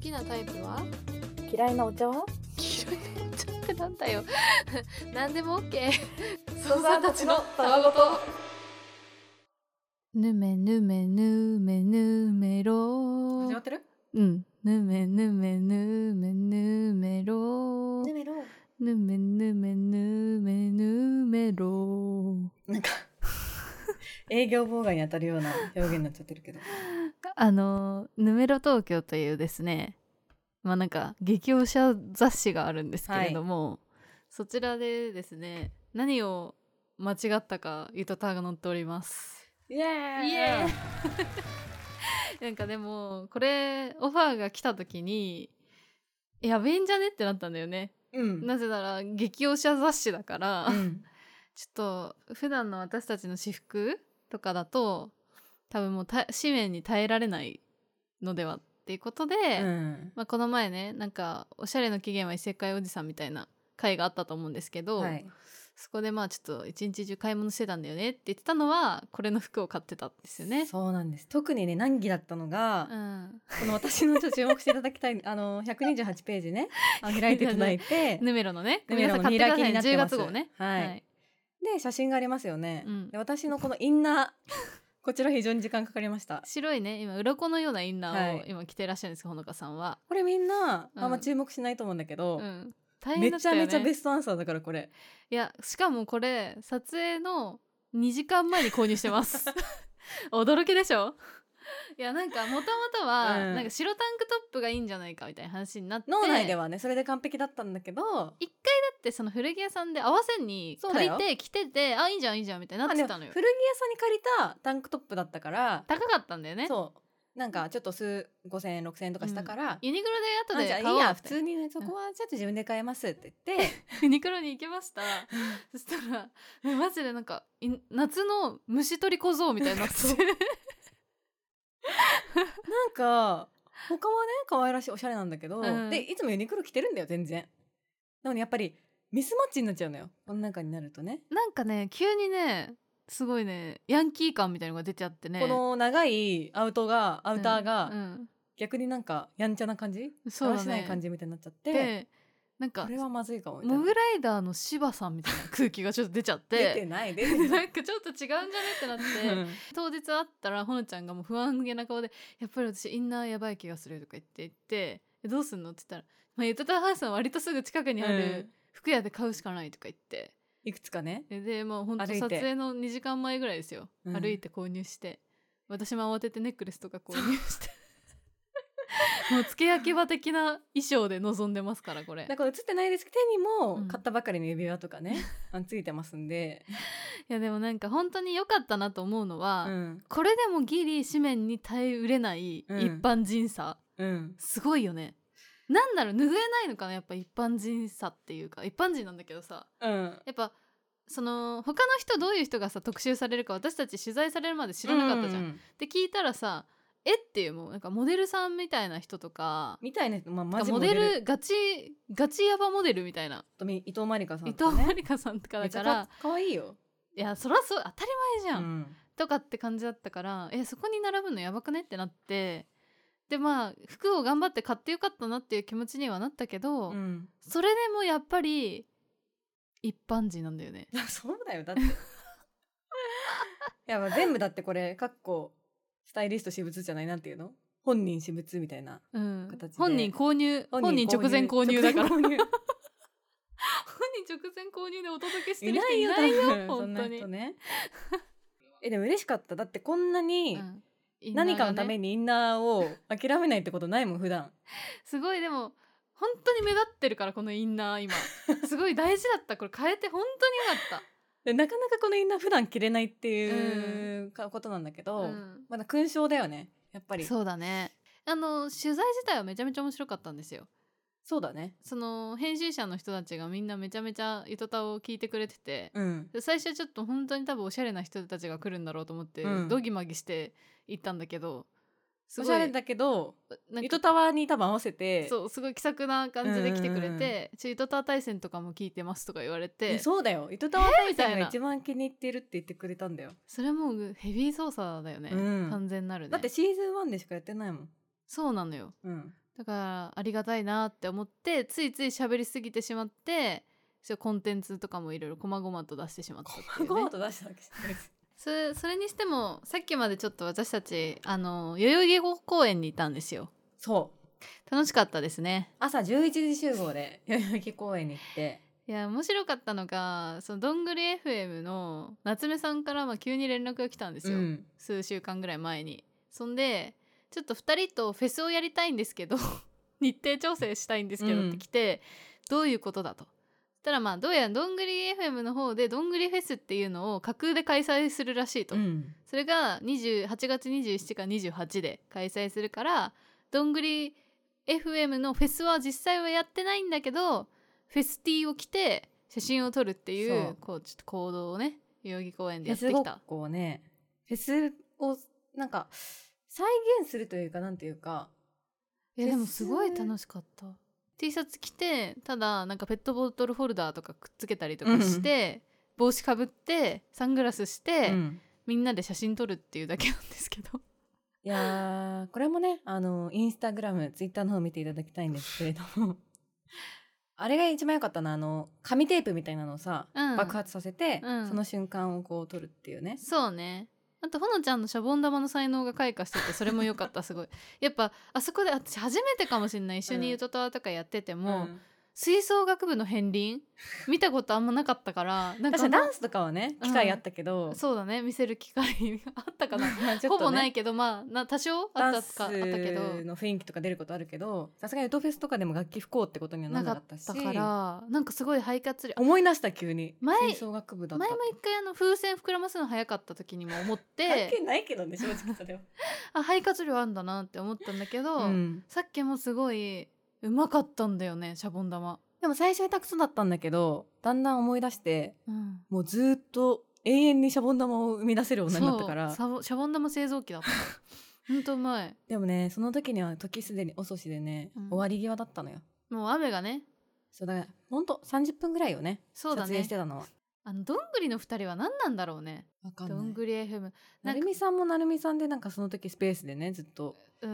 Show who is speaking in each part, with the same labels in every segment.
Speaker 1: きなタイプは
Speaker 2: 嫌いなお茶は
Speaker 1: 黄色いのちょっとなんだよ 何でも OK
Speaker 2: 父さんたちのたわごと
Speaker 1: ぬめぬめぬめぬめろ
Speaker 2: 始まってる
Speaker 1: うんぬめぬめぬめぬめろ
Speaker 2: ぬめろ
Speaker 1: ぬめぬめぬめぬめろ
Speaker 2: なんか営業妨害に当たるような表現になっちゃってるけど
Speaker 1: あの「ぬめろ東京」というですねまあなんか激推し雑誌があるんですけれども、そちらでですね何を間違ったかゆとたが載っております
Speaker 2: イエー
Speaker 1: イエーイなんかでもこれオファーが来た時にやべえんじゃねってなったんだよね、
Speaker 2: うん
Speaker 1: なぜなら激推しは雑誌だから、
Speaker 2: うん
Speaker 1: ちょっと普段の私たちの私服とかだと多分もうた紙面に耐えられないのではっていうことで、
Speaker 2: うん
Speaker 1: まあ、この前ねなんか「おしゃれの起源は異世界おじさん」みたいな回があったと思うんですけど、
Speaker 2: はい
Speaker 1: そこでまあちょっと一日中買い物してたんだよねって言ってたのはこれの服を買ってたんですよね。
Speaker 2: そうなんです特にね難儀だったのが、
Speaker 1: うん、
Speaker 2: この私のちょっと注目していただきたい あの128ペー ジねあ開いていただいて
Speaker 1: ヌメロのね
Speaker 2: ヌメロの
Speaker 1: ごめんなさい買
Speaker 2: ニラ
Speaker 1: っ
Speaker 2: キ
Speaker 1: て
Speaker 2: に
Speaker 1: く
Speaker 2: な
Speaker 1: だ
Speaker 2: っ
Speaker 1: さ
Speaker 2: て
Speaker 1: いね10月
Speaker 2: ます
Speaker 1: 号ね
Speaker 2: はいで写真がありますよね、
Speaker 1: うん
Speaker 2: で私のこのインナー こちら非常に時間かかりました
Speaker 1: 白いね今鱗のようなインナー
Speaker 2: は
Speaker 1: を
Speaker 2: い
Speaker 1: 今着てらっしゃるんですよほのかさんは、
Speaker 2: これみんな
Speaker 1: うん
Speaker 2: あんま注目しないと思うんだけど、
Speaker 1: うん、大変
Speaker 2: め
Speaker 1: だっ
Speaker 2: ち
Speaker 1: た
Speaker 2: ゃ
Speaker 1: よね
Speaker 2: めちゃベストアンサーだからこれ
Speaker 1: いやしかもこれ撮影の2時間前に購入してます 驚きでしょいやなんかもともとは、
Speaker 2: うん
Speaker 1: なんか白タンクトップがいいんじゃないかみたいな話になって
Speaker 2: 脳内ではねそれで完璧だったんだけど
Speaker 1: 一回だってその古着屋さんで合わせに
Speaker 2: そうだ
Speaker 1: 借
Speaker 2: よ
Speaker 1: りて着ててあいいじゃんいいじゃんみたいになっ
Speaker 2: まあ
Speaker 1: て
Speaker 2: でも
Speaker 1: たの
Speaker 2: 古着
Speaker 1: よ
Speaker 2: 屋さんに借りたタンクトップだったから、
Speaker 1: 高かったんだよね
Speaker 2: そうなんかちょっと数5,000円6,000円とかしたから、
Speaker 1: ユニクロ
Speaker 2: あ
Speaker 1: で
Speaker 2: じゃ
Speaker 1: 後で
Speaker 2: あい
Speaker 1: 買お
Speaker 2: いうや
Speaker 1: って
Speaker 2: 普通にねそこはちょっと自分で買えますって言 って、
Speaker 1: ユニクロに行きま したそしたらねマジでなんかい夏の虫取り小僧みたいになってて
Speaker 2: なんか他はね可愛らしいおしゃれなんだけど、
Speaker 1: うん
Speaker 2: でいつもユニクロ着てるんだよ全然なのにやっぱりミスマッチになっちゃうのよこの中になるとね
Speaker 1: なんかね急にねすごいねヤンキー感みたいのが出ちゃってね
Speaker 2: この長いアウトがアウター
Speaker 1: う
Speaker 2: が
Speaker 1: ん
Speaker 2: 逆になんかやんちゃな感じ、
Speaker 1: そうだね
Speaker 2: だらしない感じみたいになっちゃって
Speaker 1: でなん
Speaker 2: こ
Speaker 1: か
Speaker 2: れはまずいかもみたい
Speaker 1: モ
Speaker 2: な
Speaker 1: グライダーの柴さんみたいな空気がちょっと出ちゃっ
Speaker 2: 出て
Speaker 1: て
Speaker 2: ない出て な
Speaker 1: ないんかちょっと違うんじゃねってなって当日会ったらほのちゃんがもう不安げな顔で「やっぱり私インナーやばい気がする」とか言って言って「えどうすんの?」って言ったら「まあ、ゆとたはさんは割とすぐ近くにあ
Speaker 2: う
Speaker 1: る
Speaker 2: ん
Speaker 1: 服屋で買うしかない」とか言って
Speaker 2: いくつかね
Speaker 1: ででもうほんと
Speaker 2: 歩いて
Speaker 1: 撮影の2時間前ぐらいですよ、
Speaker 2: うん
Speaker 1: 歩いて購入して私も慌ててネックレスとか購入して もう付け焼き場的な衣装で臨んでますからこれ
Speaker 2: なんか映ってないですけど手に
Speaker 1: うん
Speaker 2: も買ったばかりの指輪とかね、 あのついてますんで、
Speaker 1: いやでもなんか本当に良かったなと思うのは、
Speaker 2: うん
Speaker 1: これでもギリ紙面に耐えうれない一
Speaker 2: うん
Speaker 1: 般人さ、
Speaker 2: うん、
Speaker 1: すごいよねなんだろう拭えないのかなやっぱ一般人さっていうか一般人なんだけどさ
Speaker 2: うん、
Speaker 1: やっぱその他の人どういう人がさ特集されるか私たち取材されるまで知らなかったじゃん。
Speaker 2: う
Speaker 1: っ
Speaker 2: う
Speaker 1: て聞いたらさえっていうもうなんかモデルさんみたいな人とか
Speaker 2: みたいな、まあ、マジ
Speaker 1: モデルガチガチヤバモデルみたいな、
Speaker 2: とみ伊藤まりかさん
Speaker 1: 伊
Speaker 2: と
Speaker 1: 藤
Speaker 2: か、ね、
Speaker 1: まりかさんとかだから
Speaker 2: めちゃ可愛いよ、
Speaker 1: いやそらそう当たり前じ
Speaker 2: う
Speaker 1: ゃん。
Speaker 2: ん、
Speaker 1: とかって感じだったからえそこに並ぶのやばくねってなってでまあ服を頑張って買ってよかったなっていう気持ちにはなったけど、
Speaker 2: うん、
Speaker 1: それでもやっぱり一般人なんだよね。
Speaker 2: そうだよだって いやまあ全部だってこれかっこスタイリスト私物じゃないなんていうの本人私物みたいな
Speaker 1: うん
Speaker 2: 形で、
Speaker 1: 本人購入本人
Speaker 2: 購入
Speaker 1: 直前購入だ から本
Speaker 2: 直前購入
Speaker 1: 人直前購入でお届けして
Speaker 2: い
Speaker 1: る
Speaker 2: な
Speaker 1: 人
Speaker 2: い
Speaker 1: い
Speaker 2: よ
Speaker 1: ないよ
Speaker 2: 多分
Speaker 1: 本当
Speaker 2: そんな
Speaker 1: に
Speaker 2: 人、ねえでも嬉しかっただってこんなに
Speaker 1: うん
Speaker 2: 何かのため
Speaker 1: に
Speaker 2: にインナーを諦めないってことないもん普段
Speaker 1: すごいでも本当に目立ってるからこのインナ ー今すごい大事だったこれ変えて本当によかっ
Speaker 2: でなかなかこのインナー普段着れないっていうかことなんだけ
Speaker 1: た、
Speaker 2: ど、
Speaker 1: うん
Speaker 2: まだ勲章だよねやっぱりそう
Speaker 1: そうだねあの取材自体はめちゃめちゃ面白かったんですよ
Speaker 2: だね
Speaker 1: その編集者の人たちがみんなめちゃめちゃ「ゆとたわ」を聞いてくれてて、
Speaker 2: うん
Speaker 1: で最初ちょっと本当に多分おしゃれな人たちが来るんだろうと思って、
Speaker 2: うん
Speaker 1: ドギマギして行ったんだけどす
Speaker 2: お
Speaker 1: ごい
Speaker 2: しゃれだけど
Speaker 1: なん
Speaker 2: 糸
Speaker 1: か
Speaker 2: タワーに多分合わせて
Speaker 1: そうすごい気さくな感じで来てくれ
Speaker 2: うんうん
Speaker 1: て「ちょゆとたわ対戦とかも聞いてます」とか言われ
Speaker 2: え
Speaker 1: てそ
Speaker 2: そうだよ糸タワー大
Speaker 1: えーみた
Speaker 2: 戦
Speaker 1: い
Speaker 2: が
Speaker 1: な
Speaker 2: 一番気に入ってるって言ってくれたんだよ
Speaker 1: れもうヘビー操作だよね、
Speaker 2: うん
Speaker 1: 完全なるね
Speaker 2: だってシーズン1でしかやってないもん
Speaker 1: そうなのよ
Speaker 2: うん
Speaker 1: だからありがたいなって思ってついつい喋りすぎてしまってそうコンテンツとかもいろいろこまごまと出してしまったっていう、
Speaker 2: ゴー
Speaker 1: ね、
Speaker 2: と出したわけじゃないです。
Speaker 1: それそれにしてもさっきまでちょっと私たちあの代々木公園にいたんですよ
Speaker 2: そう。
Speaker 1: 楽しかったですね
Speaker 2: 朝11時集合で代々木公園に行って。
Speaker 1: いや面白かったのがそのどんぐり FM の夏目さんからまあ急に連絡が来たんですよ、
Speaker 2: ん。
Speaker 1: 数週間ぐらい前にそんでちょっと2人とフェスをやりたいんですけど 日程調整したいんですけど
Speaker 2: う
Speaker 1: っ
Speaker 2: ん
Speaker 1: て来て、どういうことだとそしたらまあどうやらどんぐり FM の方でどんぐりフェスっていうのを架空で開催するらしいと、
Speaker 2: うん。
Speaker 1: それが20 8月27から28で開催するからどんぐり FM のフェスは実際はやってないんだけどフェスティーを着て写真を撮るっていう
Speaker 2: そう
Speaker 1: こうちょっと行動をね代々木公園で
Speaker 2: いや
Speaker 1: やって
Speaker 2: す
Speaker 1: き
Speaker 2: ごく
Speaker 1: た。
Speaker 2: こうねフェスをなんか再現するというかなんていうか
Speaker 1: いや
Speaker 2: フェ
Speaker 1: で
Speaker 2: ス
Speaker 1: もすごい楽しかった T シャツ着てただなんかペットボトルホルダーとかくっつけたりとかして、帽子かぶってサングラスして、
Speaker 2: うん
Speaker 1: みんなで写真撮るっていうだけなんですけ ど
Speaker 2: いやーこれもねあのインスタグラムツイッターの方見ていただきたいんですけれど もあれが一番良かったなあの紙テープみたいなのをさ、
Speaker 1: うん
Speaker 2: 爆発させて、
Speaker 1: うん
Speaker 2: その瞬間をこう撮るっていうね
Speaker 1: そうねあとほのちゃんのシャボン玉の才能が開花しててそれも良かったすごい やっぱあそこで私初めてかもしれない一緒に
Speaker 2: うん
Speaker 1: ゆとたわとかやってても、
Speaker 2: ん
Speaker 1: 吹奏楽部の片鱗見たことあんまなかったからなんかあ
Speaker 2: 確かに
Speaker 1: んま
Speaker 2: ダンスとかはね機会あったけど、
Speaker 1: そうだね見せる機会があったか な
Speaker 2: ちょっとね
Speaker 1: ほぼないけどまあな多少あっ
Speaker 2: ダ
Speaker 1: た
Speaker 2: ンス
Speaker 1: かあったけど
Speaker 2: の雰囲気とか出ることあるけどさすがに音フェスとかでも楽器不幸ってことにはな
Speaker 1: な
Speaker 2: ら
Speaker 1: かっ
Speaker 2: なかったした
Speaker 1: からなんかすごい肺活量
Speaker 2: 思い出した急に
Speaker 1: 前
Speaker 2: 吹奏楽部だった
Speaker 1: 前も一回あの風船膨らますの早かった時にも思って
Speaker 2: ないけどね正直それは、
Speaker 1: あ肺活量あんだなって思ったんだけど、
Speaker 2: うん
Speaker 1: さっきもすごいうまかったんだよねシャボン玉、
Speaker 2: でも最初下手くそだったんだけどだんだん思い出して
Speaker 1: うん、
Speaker 2: もうずーっと永遠にシャボン玉を生み出せる女になったから
Speaker 1: そうサボシャボン玉製造機 だったほんとうまい
Speaker 2: でもねその時には時すでに遅しでね、
Speaker 1: うん
Speaker 2: 終わり際だったのよ
Speaker 1: もう雨がね
Speaker 2: そうだからほんと30分ぐらいよね
Speaker 1: そうだ
Speaker 2: 撮影
Speaker 1: ね
Speaker 2: してたのは
Speaker 1: あのどんぐりの二人は何なんだろうね
Speaker 2: わかん
Speaker 1: ど
Speaker 2: ない
Speaker 1: んぐり FM な
Speaker 2: なん
Speaker 1: か
Speaker 2: るみさんもなるみさんでなんかその時スペースでねずっと
Speaker 1: うー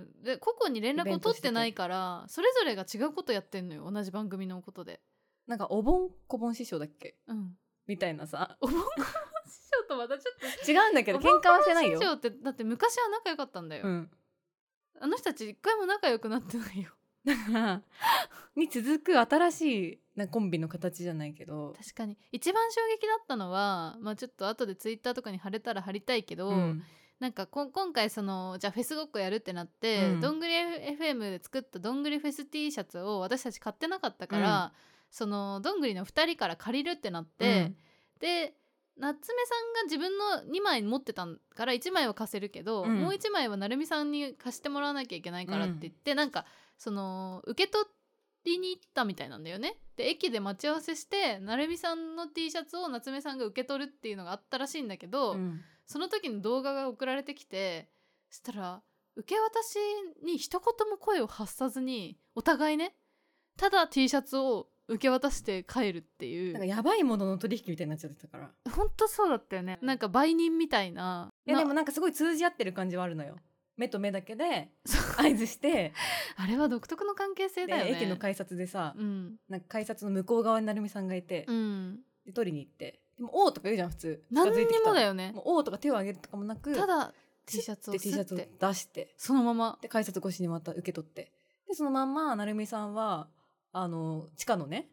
Speaker 1: んで個々に連絡を取ってないからそれぞれが違うことやってんのよ同じ番組のことで。
Speaker 2: なんかおぼんこぼん師匠だっけ
Speaker 1: うん、
Speaker 2: みたいなさ
Speaker 1: おぼんこぼん師匠とまたちょっと
Speaker 2: 違うんだけど喧嘩はしてないよ
Speaker 1: おぼんこぼん師匠ってだって昔は仲良かったんだよ、
Speaker 2: うん
Speaker 1: あの人たち一回も仲良くなってないよ
Speaker 2: だからに続く新しいなコンビの形じゃないけど、
Speaker 1: 確かに一番衝撃だったのはまあちょっと後でツイッターとかに貼れたら貼りたいけど、
Speaker 2: うん
Speaker 1: なんかこん今回そのじゃあフェスごっこやるってなって、
Speaker 2: うん
Speaker 1: どんぐり FM で作ったどんぐりフェス T シャツを私たち買ってなかったから、そのどんぐりの2人から借りるってなって、で夏目さんが自分の2枚持ってたから1枚は貸せるけど、
Speaker 2: うん
Speaker 1: もう1枚は成美さんに貸してもらわなきゃいけないからって言って、なんかその受け取りに行ったみたいなんだよね。で駅で待ち合わせして成美さんの T シャツを夏目さんが受け取るっていうのがあったらしいんだけど、
Speaker 2: うん
Speaker 1: その時の動画が送られてきてそしたら受け渡しに一言も声を発さずにお互いねただ T シャツを受け渡して帰るっていう。
Speaker 2: なんかやばいものの取引みたいになっちゃってたから
Speaker 1: ほんとそうだったよねなんか売人みたいない
Speaker 2: や
Speaker 1: な
Speaker 2: でもなんかすごい通じ合ってる感じはあるのよ目と目だ けで
Speaker 1: そう
Speaker 2: 合図して、
Speaker 1: あれは独特の関係性
Speaker 2: で
Speaker 1: だよね
Speaker 2: 駅の改札でさ、
Speaker 1: うん
Speaker 2: なんか改札の向こう側になるみさんがいて、
Speaker 1: うん
Speaker 2: で取りに行ってでも「おー」とか言うじゃん普通
Speaker 1: 何にもだ
Speaker 2: よ
Speaker 1: よね
Speaker 2: もう「おー」とか手を挙げるとかもなく
Speaker 1: ただ
Speaker 2: チ
Speaker 1: T シャツを
Speaker 2: で T シ
Speaker 1: 吸
Speaker 2: ャ
Speaker 1: っ
Speaker 2: ツを
Speaker 1: て
Speaker 2: 出して
Speaker 1: そのまま
Speaker 2: で改札越しにまた受け取ってでそのまんま成美さんはあの地下のね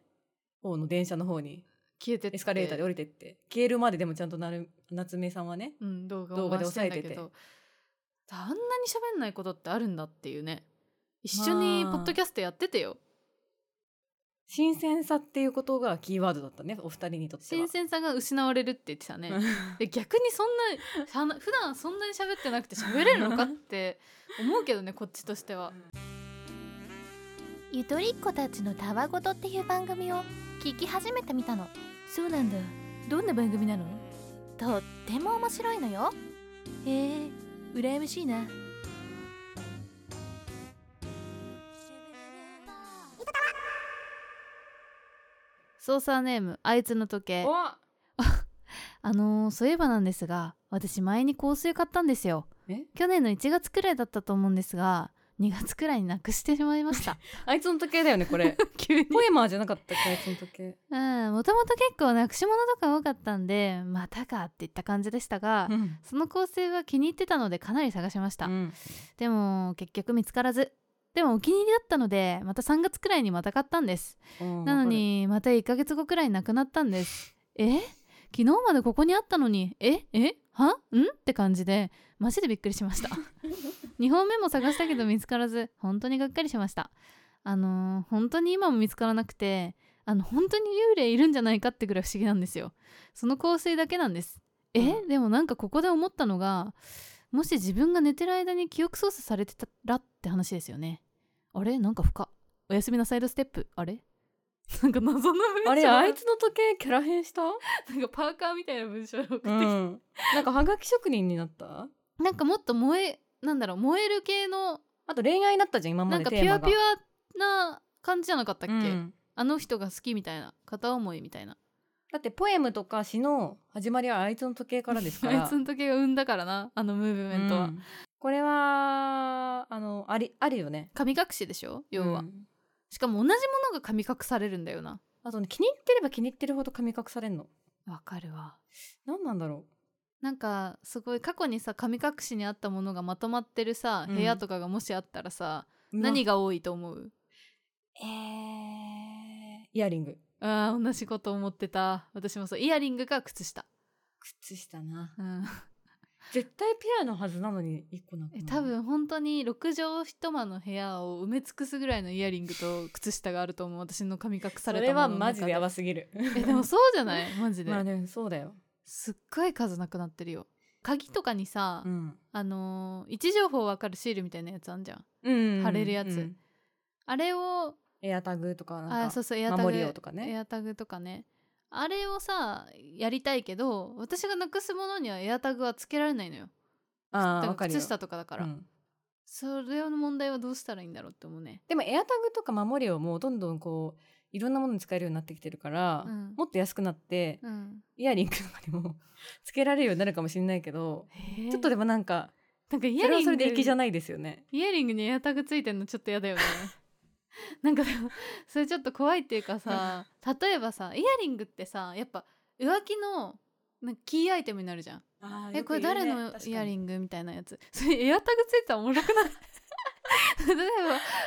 Speaker 2: 方の電車の方に
Speaker 1: 消えてって
Speaker 2: エスカレーターで降りてって消えるまででもちゃんとなる夏目さんはね
Speaker 1: うん動画
Speaker 2: 動
Speaker 1: を
Speaker 2: 画
Speaker 1: 回
Speaker 2: で
Speaker 1: してん
Speaker 2: 抑え
Speaker 1: だ
Speaker 2: て
Speaker 1: け
Speaker 2: て
Speaker 1: どあんなに喋んないことってあるんだっていうね一緒にポ
Speaker 2: ま
Speaker 1: ッ
Speaker 2: あ
Speaker 1: ドキャストやっててよ
Speaker 2: 新鮮さっていうことがキーワードだったねお二人にとっては
Speaker 1: 新鮮さが失われるって言ってたねで逆にそんなさ普段そんなに喋ってなくて喋れるのかって思うけどねこっちとしては
Speaker 3: ゆとりっ子たちのたわごとっていう番組を聞き始めてみたのそうなんだどんな番組なのとっても面白いのよへえ羨ましいな
Speaker 1: 操作ネームあいつの時 計あのーそういえばなんですが私前に香水買ったんですよ
Speaker 2: え
Speaker 1: 去年の1月くらいだったと思うんですが2月くらいになくしてしまいました
Speaker 2: あいつの時計だよね これ
Speaker 1: 急に
Speaker 2: ポエマーじゃなかったっけあいつの時計
Speaker 1: うんもともと結構なくし物とか多かったんでまたかっていった感じでしたが、
Speaker 2: うん
Speaker 1: その構成は気に入ってたのでかなり探しました、
Speaker 2: うん
Speaker 1: でも結局見つからずでもお気に入りだったのでまた3月くらいにまた買ったんです
Speaker 2: うん
Speaker 1: なのにまた1ヶ月後くらいなくなったんです え昨日までここにあったのにええはんって感じでマジでびっくりしま した2本目も探したけど見つからず本当にがっかりしましたあのー本当に今も見つからなくてあの本当に幽霊いるんじゃないかってぐらい不思議なんですよその構成だけなんですえでもなんかここで思ったのがもし自分が寝てる間に記憶操作されてたらって話ですよねあれなんか深おやすみなサイドステップあれ なんか謎の文章
Speaker 2: あれあいつの時計キャラ変した、
Speaker 1: なんかパーカーみたいな文章を送ってき
Speaker 2: う
Speaker 1: て、
Speaker 2: ん、 なんかはがき職人になった
Speaker 1: なんかもっと燃えなんだろう燃える系の
Speaker 2: あと恋愛だったじゃん今ま
Speaker 1: なん
Speaker 2: で
Speaker 1: か
Speaker 2: テ
Speaker 1: ピ
Speaker 2: ー
Speaker 1: ュ
Speaker 2: マ
Speaker 1: ア
Speaker 2: が
Speaker 1: ピュアな感じじゃなかったっけ、
Speaker 2: うん
Speaker 1: あの人が好きみたいな片思いみたいな
Speaker 2: だってポエムとか詩の始まりはあいつの時計からですか
Speaker 1: あ
Speaker 2: ら
Speaker 1: いつの時計が生んだからなあのムーブメントは、
Speaker 2: うんこれはあのありあるよね
Speaker 1: 神隠しでしょ要は、
Speaker 2: うん
Speaker 1: しかも同じものが神隠されるんだよな
Speaker 2: あとね気に入ってれば気に入ってるほど神隠されんの
Speaker 1: わかるわ
Speaker 2: 何なんだろ
Speaker 1: なんかすごい過去にさ神隠しにあったものがまとまってるさ
Speaker 2: うん
Speaker 1: 部屋とかがもしあったらさ、
Speaker 2: う
Speaker 1: 何
Speaker 2: が
Speaker 1: が多いと思う
Speaker 2: えー、イヤリング
Speaker 1: あー同じこと思ってた私もそうイヤリングか靴下
Speaker 2: 靴下な
Speaker 1: うん
Speaker 2: 絶対ピュアのはずなのに一個なくな
Speaker 1: え
Speaker 2: る
Speaker 1: 多分本当に6畳一間の部屋を埋め尽くすぐらいのイヤリングと靴下があると思う私の髪隠
Speaker 2: そ
Speaker 1: され
Speaker 2: れ
Speaker 1: た
Speaker 2: は
Speaker 1: ものの
Speaker 2: マ
Speaker 1: 中
Speaker 2: ジでやばすぎる
Speaker 1: えでもそうじゃないマジで、
Speaker 2: まあねそうだよ
Speaker 1: すっごい数なくなってるよ鍵とかにさ、
Speaker 2: うん、
Speaker 1: あのー位置情報わかるシールみたいなやつあんじゃん
Speaker 2: うん
Speaker 1: 貼れるやつ
Speaker 2: うん
Speaker 1: あれを
Speaker 2: エアタグとかな
Speaker 1: あ
Speaker 2: ん
Speaker 1: そ
Speaker 2: か
Speaker 1: うそうエアタグ
Speaker 2: 守りようとかね
Speaker 1: エアタグとかねあれをさやりたいけど私がなくすものにはエアタグはつけられないのよ
Speaker 2: あー
Speaker 1: だ
Speaker 2: わ
Speaker 1: か
Speaker 2: からるよ
Speaker 1: 靴下とかだから、
Speaker 2: うん
Speaker 1: それの問題はどうしたらいいんだろうって思うね
Speaker 2: でもエアタグとか守りをもうどんどんこういろんなものに使えるようになってきてるから、
Speaker 1: うん
Speaker 2: もっと安くなって、
Speaker 1: うん
Speaker 2: イヤリングとかにも つけられるようになるかもしれないけど、
Speaker 1: ち
Speaker 2: ちょっとでもなんか
Speaker 1: なんかイ
Speaker 2: そ
Speaker 1: ヤ
Speaker 2: れ
Speaker 1: リ
Speaker 2: は
Speaker 1: ング
Speaker 2: それで粋じゃないですよね。
Speaker 1: イヤリングにエアタグついてんのちょっと嫌だよねなんかでもそれちょっと怖いっていうかさ例えばさイヤリングってさやっぱ浮気のなんかキーアイテムになるじゃん、えこれ誰のイヤリ
Speaker 2: ン
Speaker 1: ングみたいなやつ それエアタグついてたらおもろくない 例え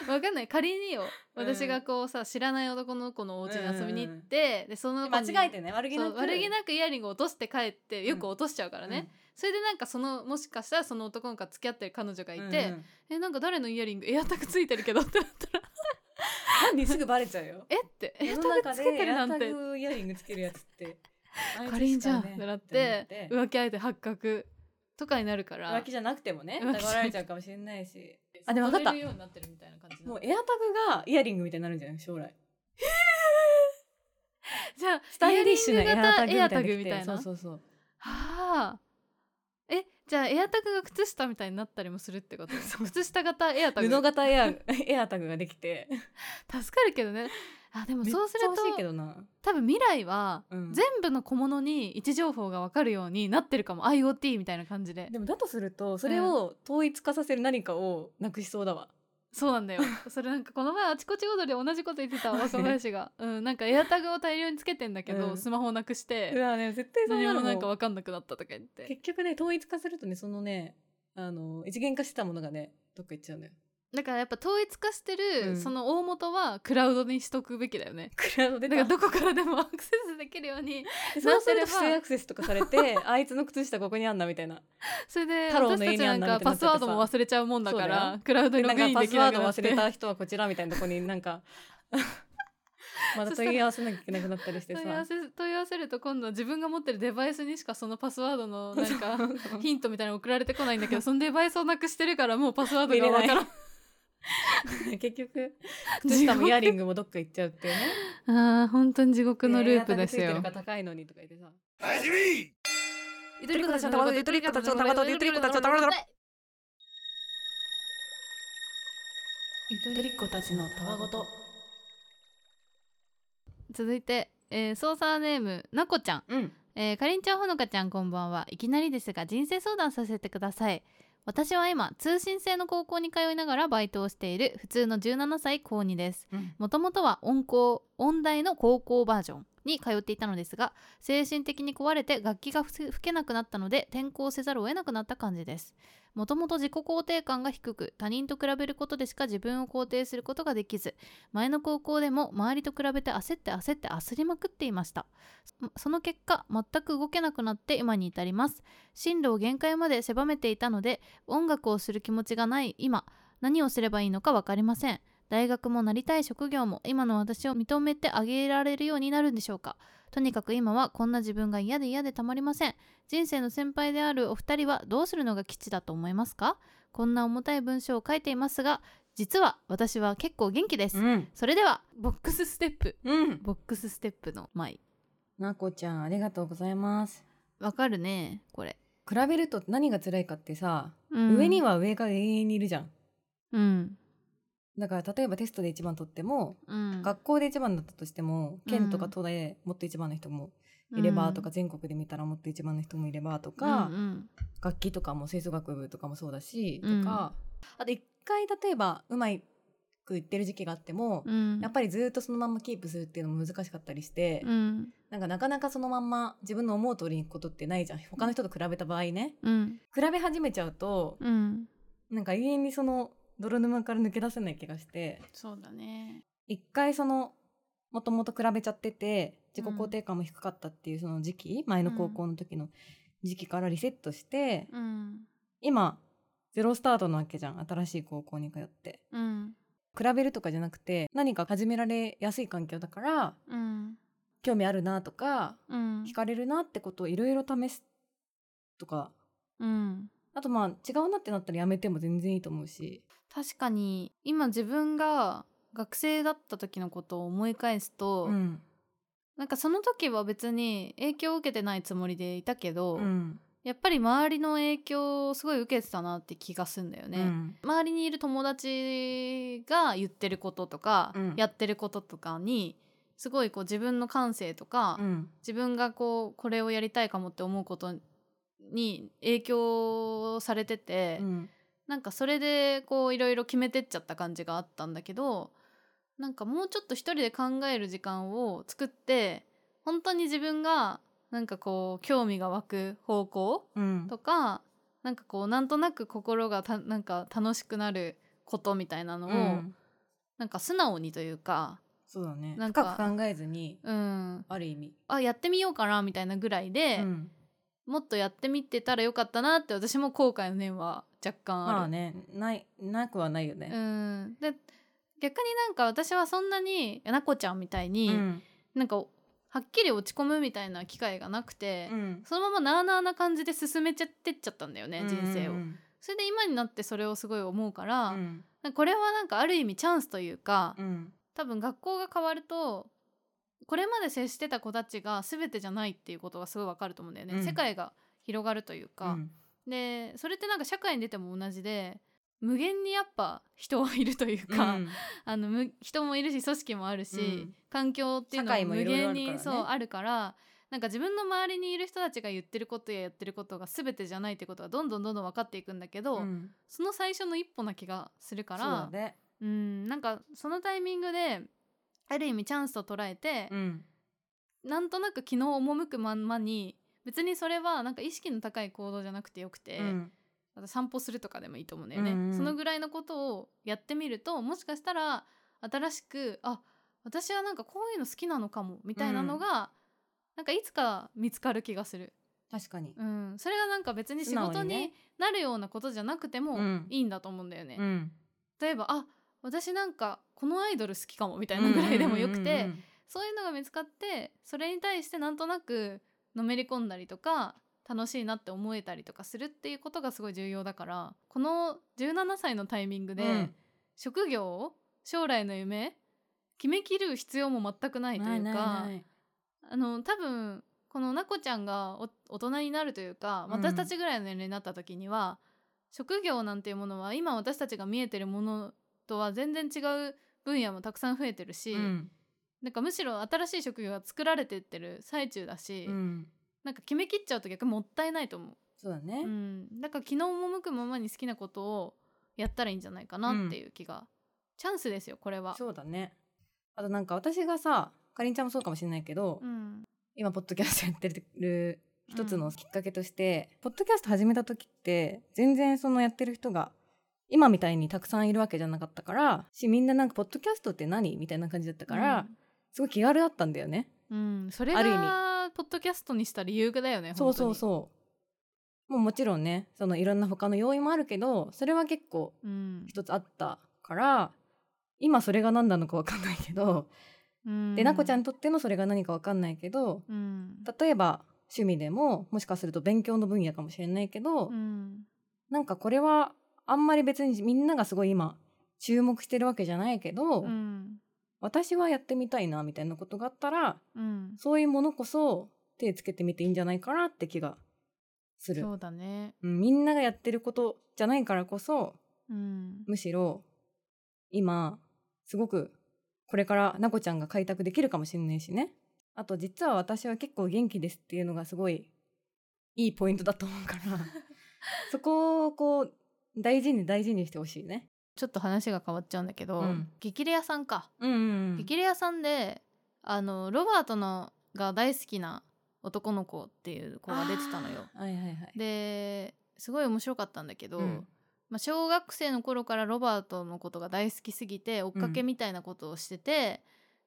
Speaker 1: ばわかんない仮によ
Speaker 2: うん
Speaker 1: 私がこうさ知らない男の子のお家に遊びに行って、でその子に
Speaker 2: 間違えてね悪気な
Speaker 1: そう
Speaker 2: く
Speaker 1: 悪気なくイヤリングを落として帰ってよく落としちゃうからね、
Speaker 2: うん
Speaker 1: それでなんかそのもしかしたらその男の子が付き合ってる彼女がいて、
Speaker 2: うんうん
Speaker 1: えなんか誰のイヤリングエアタグついてるけどってな ったら。
Speaker 2: なんですぐバレちゃうよ
Speaker 1: えってエ
Speaker 2: 世
Speaker 1: ア
Speaker 2: の
Speaker 1: タグ
Speaker 2: 中
Speaker 1: つ
Speaker 2: で
Speaker 1: けてるなん
Speaker 2: エア
Speaker 1: て
Speaker 2: タグイヤリングつけるやつ って
Speaker 1: かりんじゃんっ
Speaker 2: あいつしかね
Speaker 1: てなっ
Speaker 2: って
Speaker 1: て
Speaker 2: な
Speaker 1: 浮気相手発覚とかになるから
Speaker 2: 浮気じゃなくてもね
Speaker 1: 浮気じゃなくて
Speaker 2: 疑われちゃうかもしれないし。あでも分か
Speaker 1: 外
Speaker 2: った
Speaker 1: れるようになってるみたいな感じなの
Speaker 2: もうエアタグがイヤリングみたいになるんじゃない将来。
Speaker 1: じゃあ
Speaker 2: スタイリッシュな
Speaker 1: イ
Speaker 2: エ
Speaker 1: ヤリン
Speaker 2: アタ
Speaker 1: グ
Speaker 2: グ
Speaker 1: 型エアタグみ
Speaker 2: み
Speaker 1: た
Speaker 2: た
Speaker 1: いな
Speaker 2: いな
Speaker 1: は
Speaker 2: の着て。そうそうそう。
Speaker 1: あえじゃあエアタグが靴下みたいになったりもするって こと靴下型エアタグ
Speaker 2: 布型エア エアタグができて。
Speaker 1: 助かるけどねあでもそうする
Speaker 2: めっちゃ欲しいけ
Speaker 1: と
Speaker 2: どな。
Speaker 1: 多分未来は
Speaker 2: うん
Speaker 1: 全部の小物に位置情報が分かるようになってるかも IoT みたいな感じで
Speaker 2: でもだとするとそれを統一化させる何かをなくしそうだわ。
Speaker 1: そうなんだ よそれなんかこの前あちこち踊りで同じこと言ってた若林が、うん、なんかエアタグを大量につけてんだけど、
Speaker 2: うん
Speaker 1: スマホをなくし
Speaker 2: う
Speaker 1: て
Speaker 2: わね絶対そん
Speaker 1: 何
Speaker 2: な
Speaker 1: も
Speaker 2: の
Speaker 1: なんか
Speaker 2: も
Speaker 1: 分かんなくなったとか言って
Speaker 2: 結局ね統一化するとねそのねあの一元化してたものがねどっか行っちゃうのよ。
Speaker 1: だからやっぱ統一化してる、
Speaker 2: うん
Speaker 1: その大元はクラウドにしとくべきだよね
Speaker 2: クラウドで
Speaker 1: だからどこからでもアクセスできるよう に
Speaker 2: そうすると不
Speaker 1: なってれ
Speaker 2: 正
Speaker 1: ば
Speaker 2: アクセスとかされて あいつの靴下ここにあんなみたいな。
Speaker 1: それで
Speaker 2: 太郎の
Speaker 1: 私
Speaker 2: 家
Speaker 1: たち
Speaker 2: にあ
Speaker 1: なんん
Speaker 2: な
Speaker 1: か
Speaker 2: みたいになっ
Speaker 1: パ
Speaker 2: て
Speaker 1: ス
Speaker 2: さ
Speaker 1: ワードも忘れちゃうもんだか
Speaker 2: そうだ
Speaker 1: らクラウドに
Speaker 2: な
Speaker 1: ロ
Speaker 2: ん
Speaker 1: グイン
Speaker 2: かパ
Speaker 1: でき
Speaker 2: ス
Speaker 1: な
Speaker 2: ワー
Speaker 1: く
Speaker 2: ド
Speaker 1: なっ
Speaker 2: 忘
Speaker 1: て
Speaker 2: れた人はこちらみたいなとこにな んか また問い合わせなきゃいけなくなったりしてさ
Speaker 1: 問い合わせ問い合わせると今度は自分が持ってるデバイスにしかそのパスワード のなんかヒントみたいなの送られてこないんだけどそのデバイスをなくしてるからもうパスワードがわから ん
Speaker 2: 結局
Speaker 1: 地
Speaker 2: 靴下
Speaker 1: 獄
Speaker 2: もイヤリングもどっか行っちゃうっていうね。
Speaker 1: ああ本当に地獄のループです
Speaker 2: エアタ
Speaker 1: よ
Speaker 2: グついてる。から高いのにとか言ってさ。
Speaker 1: ゆ
Speaker 4: とりこたちのたわごとゆとりこたちのたわごとゆとりこたちのたわごとゆとりっ子たちのたわごと
Speaker 1: 続いて、えー、ソーサーネームなこちゃん、
Speaker 2: うん。
Speaker 1: えー、かりんちゃんほのかちゃんこんばんはいきなりですが人生相談させてください私は今通信制の高校に通いながらバイトをしている普通の17歳高2です
Speaker 2: うん
Speaker 1: もともとは音高音大の高校バージョンに通っていたのですが精神的に壊れて楽器がふ吹けなくなったので転校せざるを得なくなった感じですもともと自己肯定感が低く他人と比べることでしか自分を肯定することができず前の高校でも周りと比べて焦って焦って焦りまくっていましたそその結果全く動けなくなって今に至ります進路を限界まで狭めていたので音楽をする気持ちがない今何をすればいいのか分かりません大学もなりたい職業も今の私を認めてあげられるようになるんでしょうかとにかく今はこんな自分が嫌で嫌でたまりません人生の先輩であるお二人はどうするのが吉だと思いますかこんな重たい文章を書いていますが実は私は結構元気です、
Speaker 2: うん
Speaker 1: それではボックスステップ
Speaker 2: うん
Speaker 1: ボックスステップの舞
Speaker 2: なこちゃんありがとうございます
Speaker 1: わかるねこれ、
Speaker 2: 比べると何が辛いかってさ、上には上が永遠にいるじゃん
Speaker 1: うん
Speaker 2: だから例えばテストで一番取っても
Speaker 1: うん
Speaker 2: 学校で一番だったとしても県とか都でもっと一番の人もいればとか、全国で見たらもっと一番の人もいればとか、
Speaker 1: うんうん
Speaker 2: 楽器とかも吹奏楽部とかもそうだし、
Speaker 1: うん
Speaker 2: とかあと一回例えばうまくいってる時期があっても、
Speaker 1: うん、
Speaker 2: やっぱりずっとそのまんまキープするっていうのも難しかったりして、
Speaker 1: うん
Speaker 2: なんかなかなかそのまんま自分の思う通りにいくことってないじゃん他の人と比べた場合ね
Speaker 1: うん
Speaker 2: 比べ始めちゃうと
Speaker 1: うん
Speaker 2: なんか永遠にその泥沼から抜け出せない気がして
Speaker 1: そうだね
Speaker 2: 一回そのもともと比べちゃってて自己肯定感も低かったっていうその時期、前の高校の時の時期からリセットして、
Speaker 1: うん
Speaker 2: 今ゼロスタートなわけじゃん新しい高校に通って
Speaker 1: うん
Speaker 2: 比べるとかじゃなくて何か始められやすい環境だから
Speaker 1: うん
Speaker 2: 興味あるなとか
Speaker 1: うん
Speaker 2: 惹かれるなってことをいろいろ試すとか
Speaker 1: うん
Speaker 2: あとまあ違うなってなったらやめても全然いいと思うし
Speaker 1: 確かに今自分が学生だった時のことを思い返すと、
Speaker 2: うん
Speaker 1: なんかその時は別に影響を受けてないつもりでいたけど、
Speaker 2: うん
Speaker 1: やっぱり周りの影響をすごい受けてたなって気がすんだよね、
Speaker 2: うん
Speaker 1: 周りにいる友達が言ってることとか、
Speaker 2: うん
Speaker 1: やってることとかにすごいこう自分の感性とか、
Speaker 2: うん
Speaker 1: 自分がこうこれをやりたいかもって思うことに影響されてて、
Speaker 2: うん
Speaker 1: なんかそれでこういろいろ決めてっちゃった感じがあったんだけどなんかもうちょっと一人で考える時間を作って本当に自分がなんかこう興味が湧く方向
Speaker 2: うん
Speaker 1: とかなんかこうなんとなく心がたなんか楽しくなることみたいなのを、
Speaker 2: うん
Speaker 1: なんか素直にというか
Speaker 2: そうだね
Speaker 1: なん
Speaker 2: 深
Speaker 1: か
Speaker 2: く考えずに
Speaker 1: うん
Speaker 2: ある意味
Speaker 1: あやってみようかなみたいなぐらいで、
Speaker 2: うん
Speaker 1: もっとやってみてたらよかったなって私も後悔の念は若干ある。
Speaker 2: まあねないなくはないよ
Speaker 1: う
Speaker 2: ね
Speaker 1: ん、で逆になんか私はそんなになこちゃんみたいに、
Speaker 2: うん
Speaker 1: なんかはっきり落ち込むみたいな機会がなくて、
Speaker 2: うん
Speaker 1: そのままなあなあな感じで進めちゃってっちゃったんだよね、人生を
Speaker 2: う。ん
Speaker 1: それで今になってそれをすごい思うから、
Speaker 2: うん
Speaker 1: なんかこれはなんかある意味チャンスというか、
Speaker 2: うん
Speaker 1: 多分学校が変わるとこれまで接してた子たちが全てじゃないっていうことがすごいわかると思うんだよね、
Speaker 2: うん
Speaker 1: 世界が広がるというか。
Speaker 2: うん
Speaker 1: でそれってなんか社会に出ても同じで無限にやっぱ人はいるというか、
Speaker 2: うん
Speaker 1: あのむ人もいるし組織もあるし、
Speaker 2: うん
Speaker 1: 環境っていうの
Speaker 2: 社
Speaker 1: は
Speaker 2: 会も
Speaker 1: 無
Speaker 2: いろい
Speaker 1: 限
Speaker 2: ろある
Speaker 1: に
Speaker 2: からね
Speaker 1: そうあるからなんか自分の周りにいる人たちが言ってることややってることが全てじゃないってことがどんどんどんどん分かっていくんだけど、
Speaker 2: うん
Speaker 1: その最初の一歩な気がするから
Speaker 2: そうだね
Speaker 1: うんなんかそのタイミングである意味チャンスと捉えて、
Speaker 2: うん
Speaker 1: なんとなく気の赴くまんまに別にそれはなんか意識の高い行動じゃなくてよくて。
Speaker 2: うん
Speaker 1: あと散歩するとかでもいいと思うんだよね、
Speaker 2: うんうん
Speaker 1: そのぐらいのことをやってみるともしかしたら新しくあ私はなんかこういうの好きなのかもみたいなのが、なんかいつか見つかる気がする、
Speaker 2: 確かに
Speaker 1: うん、それがなんか別に仕
Speaker 2: 素
Speaker 1: 事
Speaker 2: 直にね
Speaker 1: になるようなことじゃなくても
Speaker 2: うん
Speaker 1: いいんだと思うんだよね、
Speaker 2: うん
Speaker 1: 例えばあ私なんかこのアイドル好きかもみたいなぐらいでもよくて、そういうのが見つかってそれに対してなんとなくのめり込んだりとか楽しいなって思えたりとかするっていうことがすごい重要だからこの17歳のタイミングで、
Speaker 2: うん
Speaker 1: 職業を将来の夢決めきる必要も全くないというか
Speaker 2: い
Speaker 1: あの多分このなこちゃんがお大人になるというか
Speaker 2: うん
Speaker 1: 私たちぐらいの年齢になった時には、職業なんていうものは今私たちが見えてるものとは全然違う分野もたくさん増えてるし。
Speaker 2: うん
Speaker 1: なんかむしろ新しい職業が作られてってる最中だし、
Speaker 2: うん
Speaker 1: なんか決めきっちゃうと逆にもったいないと思う
Speaker 2: そうだね、
Speaker 1: うん、だから気の赴くままに好きなことをやったらいいんじゃないかなっていう気が、チャンスですよこれは
Speaker 2: そうだねあとなんか私がさかりんちゃんもそうかもしれないけど、
Speaker 1: うん
Speaker 2: 今ポッドキャストやってる一つのきっかけとして、ポッドキャスト始めた時って全然そのやってる人が今みたいにたくさんいるわけじゃなかったからしみんななんかポッドキャストって何みたいな感じだったから、すごい気軽だったんだよね。
Speaker 1: うん、うんそれ
Speaker 2: ある意
Speaker 1: がポッドキャストにした理由だよね
Speaker 2: そうそう
Speaker 1: う、
Speaker 2: そう。もうもちろんねそのいろんな他の要因もあるけどそれは結構
Speaker 1: うん
Speaker 2: 一つあったから今それが何なのか分かんないけど、
Speaker 1: うん、
Speaker 2: でなこちゃんにとってのそれが何か分かんないけど
Speaker 1: うん、
Speaker 2: 例えば趣味でももしかすると勉強の分野かもしれないけど、
Speaker 1: うん
Speaker 2: なんかこれはあんまり別にみんながすごい今注目してるわけじゃないけど、
Speaker 1: うん
Speaker 2: 私はやってみたいなみたいなことがあったら
Speaker 1: うん、
Speaker 2: そういうものこそ手つけてみていいんじゃないかなって気がする
Speaker 1: そ、うだね
Speaker 2: うん、みんながやってることじゃないからこそ
Speaker 1: うん
Speaker 2: むしろ今すごくこれからなこちゃんが開拓できるかもしれないしねあと実は私は結構元気ですっていうのがすごいいいポイントだと思うから そこをこう大事に大事にしてほしいね。
Speaker 1: ちょっと話が変わっちゃうんだけど、
Speaker 2: うん
Speaker 1: 激レアさんか、
Speaker 2: うんうんうん
Speaker 1: 激レアさんであのロバートのが大好きな男の子っていう子が出てたのよ
Speaker 2: あーはいはいはい。
Speaker 1: ですごい面白かったんだけど、
Speaker 2: うん
Speaker 1: まあ、小学生の頃からロバートのことが大好きすぎて追っかけみたいなことをしてて、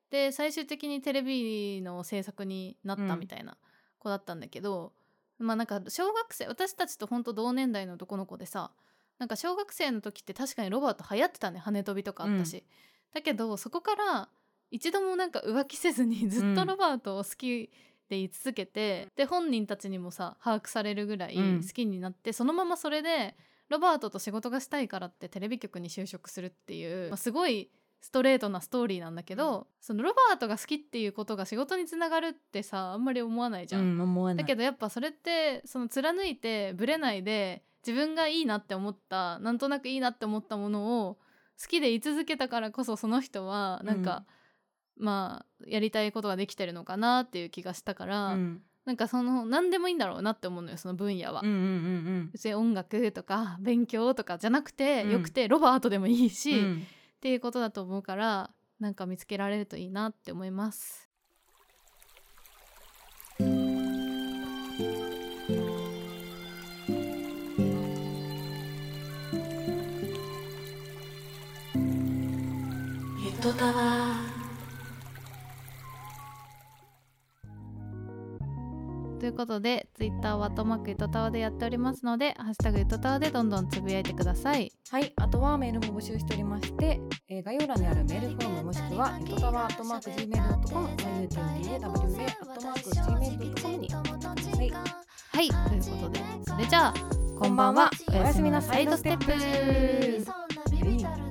Speaker 1: で最終的にテレビの制作になったみたいな子だったんだけど、まあなんか小学生私たちとほんと同年代の男の子でさなんか小学生の時って確かにロバート流行ってたね羽飛びとかあったし、だけどそこから一度もなんか浮気せずにずっとロバートを好きで言い続けて、で本人たちにもさ把握されるぐらい
Speaker 2: うん
Speaker 1: 好きになって、そのままそれでロバートと仕事がしたいからってテレビ局に就職するっていう、まあ、すごいストレートなストーリーなんだけど、そのロバートが好きっていうことが仕事につながるってさあんまり思わないじゃ。
Speaker 2: うんん思わない。
Speaker 1: だけ
Speaker 2: ど
Speaker 1: どやっぱそれってその貫いてぶれないで自分がいいなって思ったなんとなくいいなって思ったものを好きで居続けたからこそその人はなんか、まあやりたいことができてるのかなっていう気がしたから、
Speaker 2: うん
Speaker 1: なんかその何でもいいんだろうなって思うのよその分野は。
Speaker 2: うんうんうん
Speaker 1: 別に音楽とか勉強とかじゃなくて、
Speaker 2: うん
Speaker 1: よくてロバートでもいいし、
Speaker 2: う
Speaker 1: っ
Speaker 2: ん。
Speaker 1: ていうことだと思うからなんか見つけられるといいなって思います。
Speaker 4: ゆとたわ
Speaker 1: ということで Twitter はとまくゆとたわでやっておりますので「ハッシュタグゆとたわ」でどんどんつぶやいてください。
Speaker 2: はい、あとはメールも募集しておりまして、えー概要欄にあるメールフォームもしくは、ゆとたわ、アットマーク、gmail.com、iutawda、アットマーク、gmail.com にお送ってください。
Speaker 1: はいということでそれじゃあ
Speaker 2: こんばんは
Speaker 1: おやすみなサイドステップ
Speaker 3: そんなビビたる